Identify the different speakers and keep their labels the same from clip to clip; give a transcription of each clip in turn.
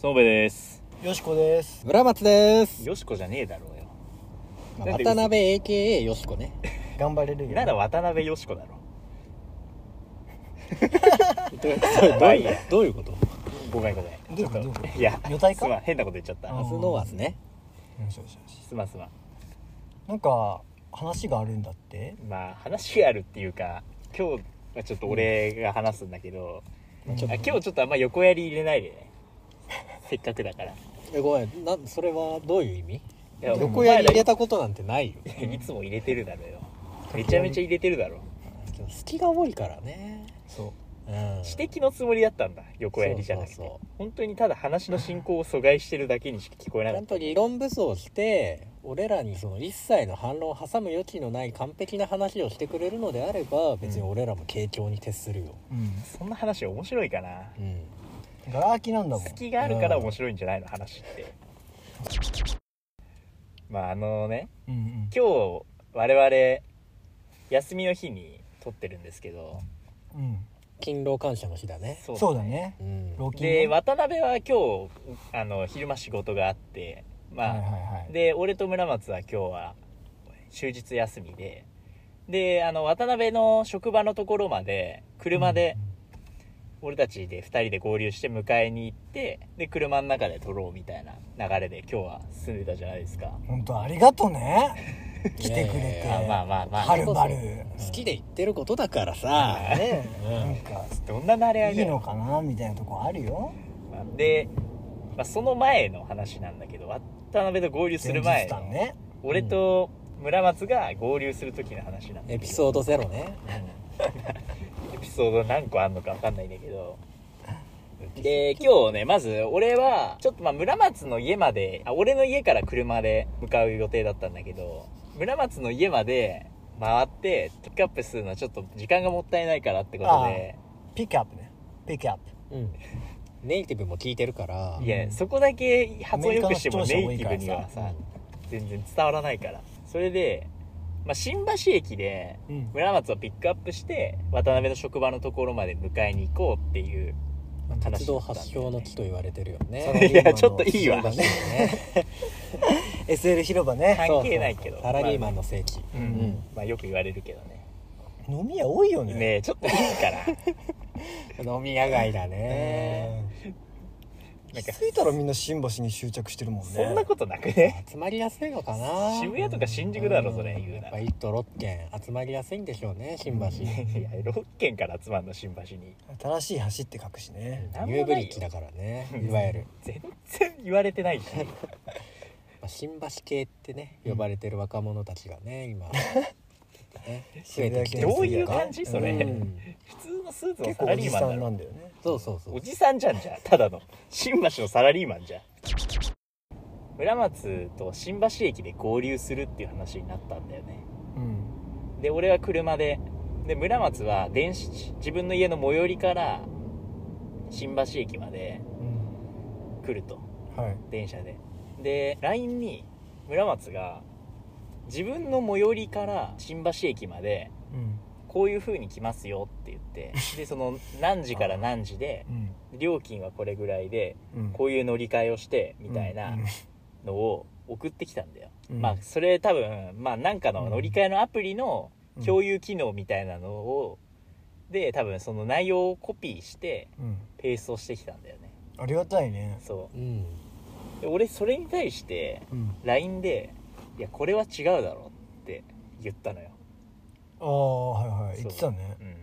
Speaker 1: そうべです。
Speaker 2: よしこです。
Speaker 3: 村松です。
Speaker 1: よしこじゃねえだろうよ。
Speaker 3: まあ
Speaker 1: なんで
Speaker 3: 渡辺 AKA よしこね。
Speaker 2: 頑張れるよ。
Speaker 1: なら渡辺よしこだ ろ。
Speaker 3: どういう
Speaker 1: や
Speaker 3: どういうこと
Speaker 1: ごめんごめん。
Speaker 2: どういうこと
Speaker 1: ちょっ
Speaker 2: どういうこと
Speaker 1: いや、
Speaker 2: 女体か
Speaker 1: すまん、変なこと言っちゃった。
Speaker 2: あ
Speaker 3: スノーアスね。
Speaker 2: よしよしよし
Speaker 1: すまんすまん。
Speaker 2: なんか話があるんだって。
Speaker 1: まあ、話があるっていうか、今日はちょっと俺が話すんだけど、
Speaker 3: まあちょっ
Speaker 1: あ
Speaker 3: と
Speaker 1: 今日ちょっとあんま横やり入れないでね。 せっかくだから。い
Speaker 3: えごめんなそれはどういう意味？
Speaker 1: や
Speaker 3: 横やり入れ
Speaker 1: た。
Speaker 3: たことなんてないよ。
Speaker 1: お前らいつも入れてるだろうよ。めちゃめちゃ入れてるだろ。
Speaker 3: でも隙が多いからね。
Speaker 2: そう。
Speaker 3: うん。
Speaker 1: 指摘のつもりだったんだ。横やりじゃなく
Speaker 3: そうそう
Speaker 1: て
Speaker 3: そ。
Speaker 1: 本当にただ話の進行を阻害してるだけにしか聞こえな
Speaker 3: ち
Speaker 1: か
Speaker 3: ゃ
Speaker 1: っ
Speaker 3: ん
Speaker 1: た
Speaker 3: と。理論武装して俺らにその一切の反論を挟む余地のない完璧な話をしてくれるのであれば別に俺らも傾聴に徹するよ。
Speaker 2: うん。
Speaker 1: そんな話面白いかな。
Speaker 3: うん。
Speaker 2: ガラ空きなんだもん。
Speaker 1: 隙があるから面白いんじゃないの話ってまああのね
Speaker 2: うんうん。
Speaker 1: 今日我々休みの日に撮ってるんですけど
Speaker 2: うん。
Speaker 3: 勤労感謝の日だね。
Speaker 1: そ
Speaker 2: そうだね
Speaker 3: う。ん。
Speaker 2: 老金ね
Speaker 1: で渡辺は今日あの昼間仕事があってまあ、
Speaker 2: はいはいはい。
Speaker 1: で俺と村松は今日は終日休みでであの渡辺の職場のところまで車で俺たちで2人で合流して迎えに行ってで車の中で撮ろうみたいな流れで今日は進んでたじゃないですか、
Speaker 2: うん。本当ありがとね。来てくれて。
Speaker 3: いや
Speaker 1: あまあまあまあ、
Speaker 2: はるばる
Speaker 3: 好きで言ってることだからさ。
Speaker 2: ね。
Speaker 3: うん
Speaker 2: なんか
Speaker 1: どんな慣れ合い
Speaker 2: い
Speaker 1: だ
Speaker 2: い
Speaker 1: よ
Speaker 2: のかなみたいなとこあるよ。
Speaker 1: で、まあ、その前の話なんだけど渡辺と合流する前
Speaker 2: 前日
Speaker 1: の
Speaker 2: 談ね。
Speaker 1: 俺と村松が合流する時の話なんだけど
Speaker 3: エピソードゼロね。
Speaker 1: エピソード何個あんのか分かんないんだけどで今日ねまず俺はちょっとまあ村松の家まであ俺の家から車で向かう予定だったんだけど村松の家まで回ってピックアップするのはちょっと時間がもったいないからってことで
Speaker 2: ピックアップね。ピックアップ。
Speaker 3: うん。ネイティブも聞いてるから。
Speaker 1: いやそこだけ発音よくしても
Speaker 2: アメ
Speaker 1: ネ
Speaker 2: リカの
Speaker 1: イ
Speaker 2: 視
Speaker 1: ティブに
Speaker 2: 聴者多いから
Speaker 1: は
Speaker 2: さ
Speaker 1: さ全然伝わらないからそれで、まあ、新橋駅で
Speaker 2: うん。
Speaker 1: 村松をピックアップして渡辺の職場のところまで迎えに行こうっていう
Speaker 3: 鉄道発祥の地と言われてるよ
Speaker 2: そ
Speaker 3: ね。
Speaker 2: の
Speaker 1: いやちょっといいわ
Speaker 2: そうだね
Speaker 3: ね
Speaker 2: SL 広場ね。
Speaker 1: 関係ないけど
Speaker 3: サラリーマンの聖地。
Speaker 1: う
Speaker 2: うんん
Speaker 1: まあよく言われるけどね
Speaker 2: 飲み屋多いよね。
Speaker 1: ねえちょっといいから
Speaker 3: 飲み屋街だ
Speaker 2: え
Speaker 3: ね。
Speaker 1: なんか
Speaker 2: 気づいたらみんな新橋に執着してるもんね
Speaker 1: そんなことなくね
Speaker 3: 集まりやすいのかな。
Speaker 1: 渋谷とか新宿だろ
Speaker 3: うん
Speaker 1: それ言うな
Speaker 3: やっ
Speaker 1: ら
Speaker 3: ぱ
Speaker 1: い
Speaker 3: 一都六県集まりやすいんでしょうね、新橋。
Speaker 1: や6軒から集まんの新橋に
Speaker 2: 新しい橋って書くしね
Speaker 1: なんもないよ
Speaker 3: 夕暮れ駅だからね、いわゆる。
Speaker 1: 全然言われてないし
Speaker 3: まあ新橋系ってね、呼ばれてる若者たちがね、今。ね増えてきてる
Speaker 1: ど
Speaker 3: と
Speaker 1: ういう
Speaker 3: か
Speaker 1: 感じそれ、
Speaker 3: うん
Speaker 1: 普通のスーツの
Speaker 2: 結
Speaker 1: サ
Speaker 2: 構
Speaker 1: ラ
Speaker 2: お
Speaker 1: リ
Speaker 2: じ
Speaker 1: ーマ
Speaker 2: さ
Speaker 1: ンだ
Speaker 2: んな
Speaker 1: ろ
Speaker 2: んだよね
Speaker 3: そうそうそう
Speaker 1: お。じさんじゃんじゃんただの新橋のサラリーマンじゃん村松と新橋駅で合流するっていう話になったんだよね
Speaker 2: うん
Speaker 1: で俺は車でで村松は電子自分の家の最寄りから新橋駅まで
Speaker 2: うん
Speaker 1: 来ると
Speaker 2: はい
Speaker 1: 電車でで LINE に村松が自分の最寄りから新橋駅まで
Speaker 2: うん
Speaker 1: こういう風に来ますよって言ってでその何時から何時で
Speaker 2: うん
Speaker 1: 料金はこれぐらいで
Speaker 2: うん
Speaker 1: こういう乗り換えをしてみたいな
Speaker 2: うん
Speaker 1: のを送ってきたんだよ、
Speaker 2: うん
Speaker 1: まあそれ多分まあなんかの乗り換えのアプリの
Speaker 2: うん
Speaker 1: 共有機能みたいなのをで多分その内容をコピーして
Speaker 2: うん
Speaker 1: ペーストしてきたんだよね
Speaker 2: ありがたいね
Speaker 1: そ
Speaker 3: うん。
Speaker 1: うで俺それに対して
Speaker 2: うん
Speaker 1: LINE で「いやこれは違うだろ」って言ったのよ、
Speaker 2: ああはいはい
Speaker 1: そう
Speaker 2: 言ってたね
Speaker 1: うん、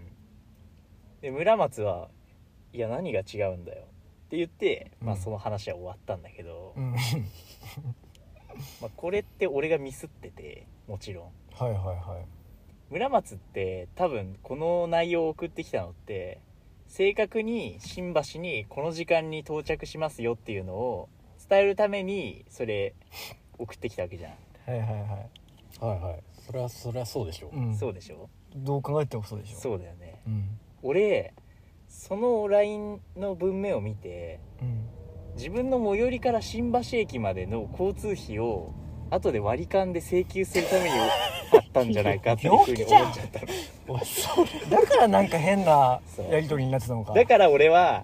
Speaker 1: で村松は「いや何が違うんだよ」って言って、まあ、
Speaker 2: うん
Speaker 1: その話は終わったんだけど、
Speaker 2: うん はい
Speaker 1: まあ、これって俺がミスっててもちろん
Speaker 2: はいはい
Speaker 1: 村松って多分この内容を送ってきたのって正確に新橋にこの時間に到着しますよっていうのを伝えるためにそれ送ってきたわけじゃん、
Speaker 2: はいはいはい
Speaker 3: はいはい。それはそれはそうでしょう。
Speaker 2: うん
Speaker 1: そうでしょ
Speaker 2: どう考えてもそうでしょ
Speaker 1: そうだよね
Speaker 2: うん
Speaker 1: 俺その LINE の文面を見て
Speaker 2: うん
Speaker 1: 自分の最寄りから新橋駅までの交通費を後で割り勘で請求するためにあったんじゃないかっていうふうに思っちゃ ったの
Speaker 2: だからなんか変な
Speaker 1: そう
Speaker 2: やりとりになってたのか
Speaker 1: だから俺は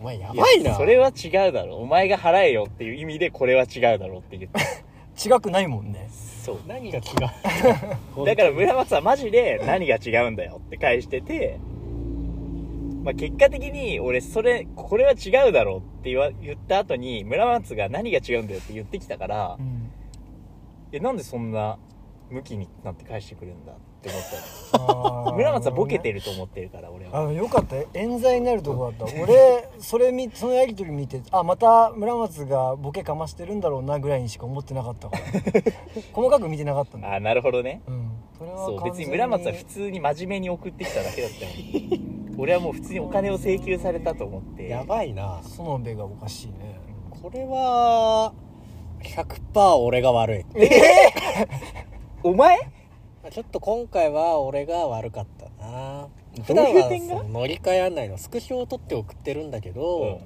Speaker 3: お前やばいな
Speaker 1: それは違うだろお前が払えよっていう意味でこれは違うだろって言って
Speaker 2: 違くないもんね
Speaker 1: そう
Speaker 3: 何が違 う
Speaker 1: だから村松はマジで何が違うんだよって返してて、まあ、結果的に俺それこれは違うだろうって言わ言った後に村松が何が違うんだよって言ってきたから、
Speaker 2: うん
Speaker 1: えなんでそんな向きになって返してくるんだって思った
Speaker 2: あ
Speaker 1: の
Speaker 2: ー
Speaker 1: 村松はボケてると思ってるから俺は
Speaker 2: あよかったよ冤罪になるとこだった俺それ見そのやり取り見てあまた村松がボケかましてるんだろうなぐらいにしか思ってなかったから 細かく見てなかったんだ
Speaker 1: あなるほどね
Speaker 2: うんそれは
Speaker 1: そう
Speaker 2: 完
Speaker 1: 別
Speaker 2: 全
Speaker 1: に村松は普通に真面目に送ってきただけだったよ俺はもう普通にお金を請求されたと思って
Speaker 3: やばいな
Speaker 2: 園部がおかしいね
Speaker 3: これは100%俺が悪い
Speaker 1: お前
Speaker 3: ま あちょっと今回は俺が悪かったな
Speaker 1: ど
Speaker 3: 普
Speaker 1: う
Speaker 3: 段
Speaker 1: いう
Speaker 3: は
Speaker 1: 点が
Speaker 3: その乗り換え案内のスクショを取って送ってるんだけど、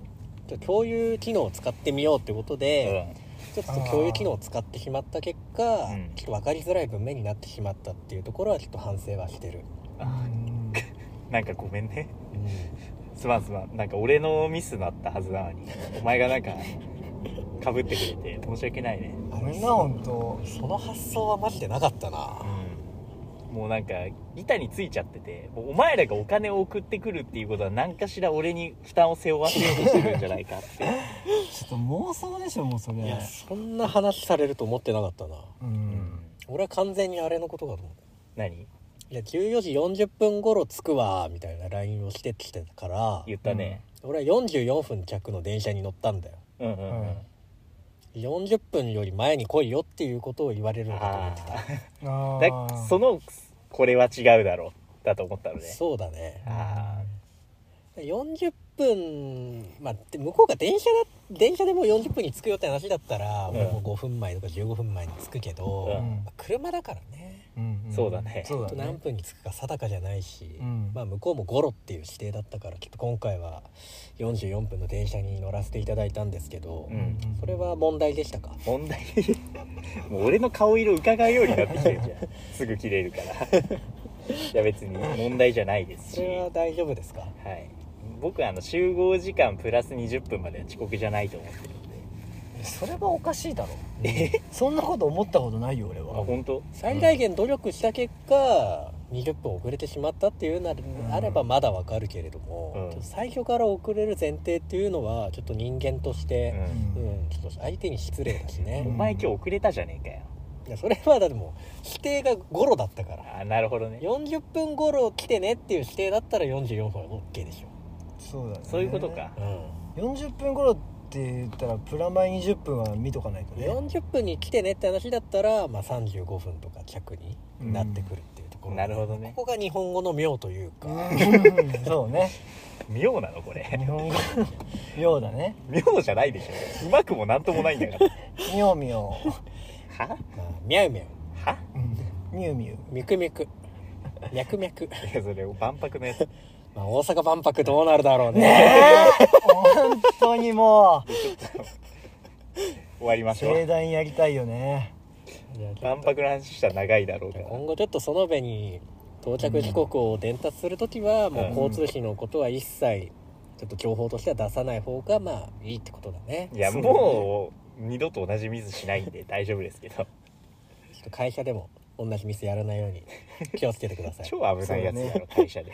Speaker 3: ちょっと共有機能を使ってみようってこと
Speaker 1: うん
Speaker 3: で、ちょっと共有機能を使ってしまった結果、
Speaker 1: うん
Speaker 3: ちょっと分かりづらい文面になってしまったっていうところはちょっと反省はしてる、
Speaker 1: あ
Speaker 2: うん
Speaker 1: なんかごめんね
Speaker 3: うん
Speaker 1: すまんすまんなんか俺のミスだったはずなのにお前がなんかかぶってくれて申し訳ないね
Speaker 2: ごめんな本当
Speaker 3: その発想はマジでなかったな
Speaker 1: もうなんか板についちゃっててもうお前らがお金を送ってくるっていうことは何かしら俺に負担を背負わせようとしてるんじゃないかって
Speaker 2: ちょっと妄想でしょもうそれ
Speaker 3: いやそんな話されると思ってなかったな
Speaker 2: う
Speaker 1: うんん
Speaker 3: 俺は完全にあれのことかと思った
Speaker 1: 何
Speaker 3: いや14時40分頃着くわみたいな LINE をしてきてたから
Speaker 1: 言ったね、
Speaker 3: 俺は44分着の電車に乗ったんだよ
Speaker 1: うん、うんうん、
Speaker 2: はい
Speaker 3: 40分より前に来いよっていうことを言われるのかと思ってた、
Speaker 1: あー
Speaker 2: あ
Speaker 1: だ
Speaker 2: ー
Speaker 1: そのこれは違うだろうだと思ったのね
Speaker 3: そうだね
Speaker 1: あ
Speaker 3: 40分まあで向こうが電車だ電車でもう40分に着くよって話だったら、
Speaker 1: うん
Speaker 3: 俺もう5分前とか15分前に着くけど、
Speaker 1: うん
Speaker 3: まあ車だからね
Speaker 2: うん
Speaker 1: そうだね
Speaker 2: そう
Speaker 3: あと
Speaker 2: だ
Speaker 3: 何
Speaker 2: ね
Speaker 3: 分に着くか定かじゃないし、
Speaker 2: うん
Speaker 3: まあ向こうもゴロっていう指定だったからきっと今回は44分の電車に乗らせていただいたんですけど、
Speaker 1: うん
Speaker 3: それは問題でしたか
Speaker 1: あ問題 もう俺の顔色伺うようになってきてるじゃんすぐ切れるから いや別に問題じゃないです
Speaker 3: そ
Speaker 1: し
Speaker 3: れは大丈夫ですか
Speaker 1: はい僕はあの集合時間プラス20分までは遅刻じゃないと思ってるんで
Speaker 2: それはおかしいだろそんなこと思ったことないよ俺
Speaker 1: あ
Speaker 2: は
Speaker 1: 本当
Speaker 3: 最大限努力した結果、20分遅れてしまったっていうなら、あればまだわかるけれども、
Speaker 1: うん
Speaker 3: ちょっと最初から遅れる前提っていうのはちょっと人間とし
Speaker 1: う
Speaker 3: て、
Speaker 1: ん
Speaker 3: うんちょっと相手に失礼だし
Speaker 1: お
Speaker 3: ね、
Speaker 1: 前今日遅れたじゃねえかよ
Speaker 3: いやそれはだってもう指定がゴロだったから
Speaker 1: あなるほどね
Speaker 3: 40分頃来てねっていう指定だったら44分は OK でしょ、
Speaker 2: そうだね
Speaker 1: そういうことか
Speaker 2: 40分頃って言ったらプラマイ20分は見とかないと
Speaker 3: うん、
Speaker 2: ね
Speaker 3: 40分に来てねって話だったら、まあ、35分とか着になってくるっていうところ、
Speaker 1: なるほどね
Speaker 3: ここが日本語の妙というか、
Speaker 2: うん そうね
Speaker 1: 妙なのこれ
Speaker 2: 日本語妙だね
Speaker 1: 妙じゃないでしょうまくもなんともないんだから
Speaker 2: 妙妙
Speaker 1: は
Speaker 3: まあ、みゃうみゃう
Speaker 1: は
Speaker 2: みゅうみゅう
Speaker 3: ミクミク脈々
Speaker 1: いやそれ万博のやつ
Speaker 3: まあ大阪万博どうなるだろうね
Speaker 2: 本当にも
Speaker 1: 終わり
Speaker 2: う
Speaker 1: ましょ
Speaker 2: 盛
Speaker 1: う
Speaker 2: 大にやりたいよね
Speaker 3: じゃあちょっ
Speaker 1: 万博の話したら長いだろうか
Speaker 3: と
Speaker 1: ら
Speaker 3: 今後ちょっと園部に到着時刻を伝達する時はもう交通費のことは一切ちょっと情報としては出さない方がまあいいってことだね
Speaker 1: いやもう二度と同じミスしないんで大丈夫ですけど
Speaker 3: ちょっと会社でも同じミスやらないように 気をつけてください
Speaker 1: 超危ないやつやろ会社で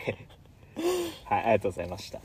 Speaker 1: はいありがとうございました